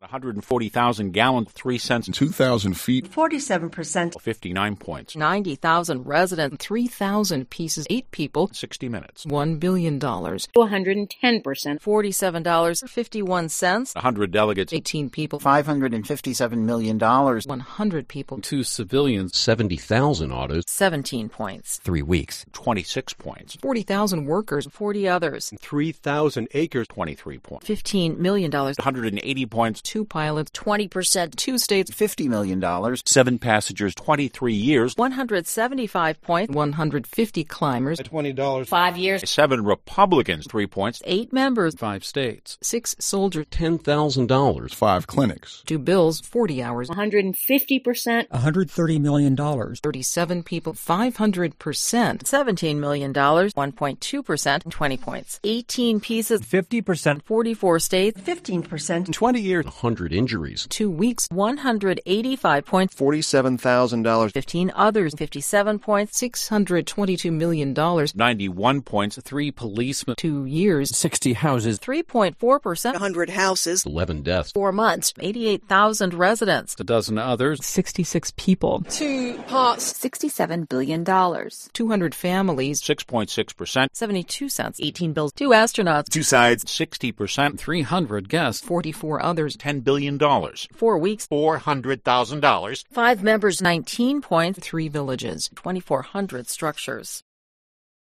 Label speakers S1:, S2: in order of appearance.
S1: 140,000 gallon, 3 cents,
S2: 2,000 feet,
S3: 47%.
S1: 59 points,
S4: 90,000 resident, 3,000 pieces, 8 people,
S1: 60 minutes,
S4: $1 billion,
S5: $110%,
S4: $47.51,
S1: 100 delegates,
S4: 18 people,
S6: $557 million.
S4: 100 people,
S7: Two civilians, 70,000 autos,
S4: 17 points,
S8: three weeks,
S1: 26 points,
S4: 40,000 workers, 40 others,
S9: 3,000 acres,
S1: 23 points,
S4: $15 million,
S1: 180 points,
S4: 2 pilots,
S5: 20%,
S4: 2 states,
S6: $50 million.
S1: 7 passengers, 23 years,
S4: 175 points, 150 climbers,
S9: $20,
S5: 5 years,
S1: 7 Republicans, 3 points,
S4: 8 members,
S7: five states,
S4: 6 soldiers,
S7: $10,000,
S2: 5 clinics,
S4: 2 bills, 40 hours,
S5: 150%,
S10: $130 million.
S4: 37 people, 500%, $17 million, 1.2%, and 20 points, 18 pieces,
S10: 50%.
S4: 44 states,
S3: 15%.
S1: 20 years,
S7: 100 injuries,
S4: 2 weeks, 185 points,
S9: $47,000,
S4: 15 others, 57 points, $622 million,
S1: 91 points,
S7: three policemen,
S4: 2 years,
S8: 60 houses,
S4: 3.4%,
S11: 100 houses,
S7: 11 deaths,
S5: 4 months,
S4: 88,000 residents,
S7: a dozen others,
S10: 66 people.
S11: two parts,
S12: $67 billion.
S4: 200 families,
S1: 6.6%,
S4: 72 cents, 18 bills, 2 astronauts,
S1: two sides, 60%,
S7: 300 guests,
S4: 44 others,
S1: $10 billion,
S4: 4 weeks,
S1: $400,000,
S4: 5 members, 19 points, 3 villages, 2,400 structures.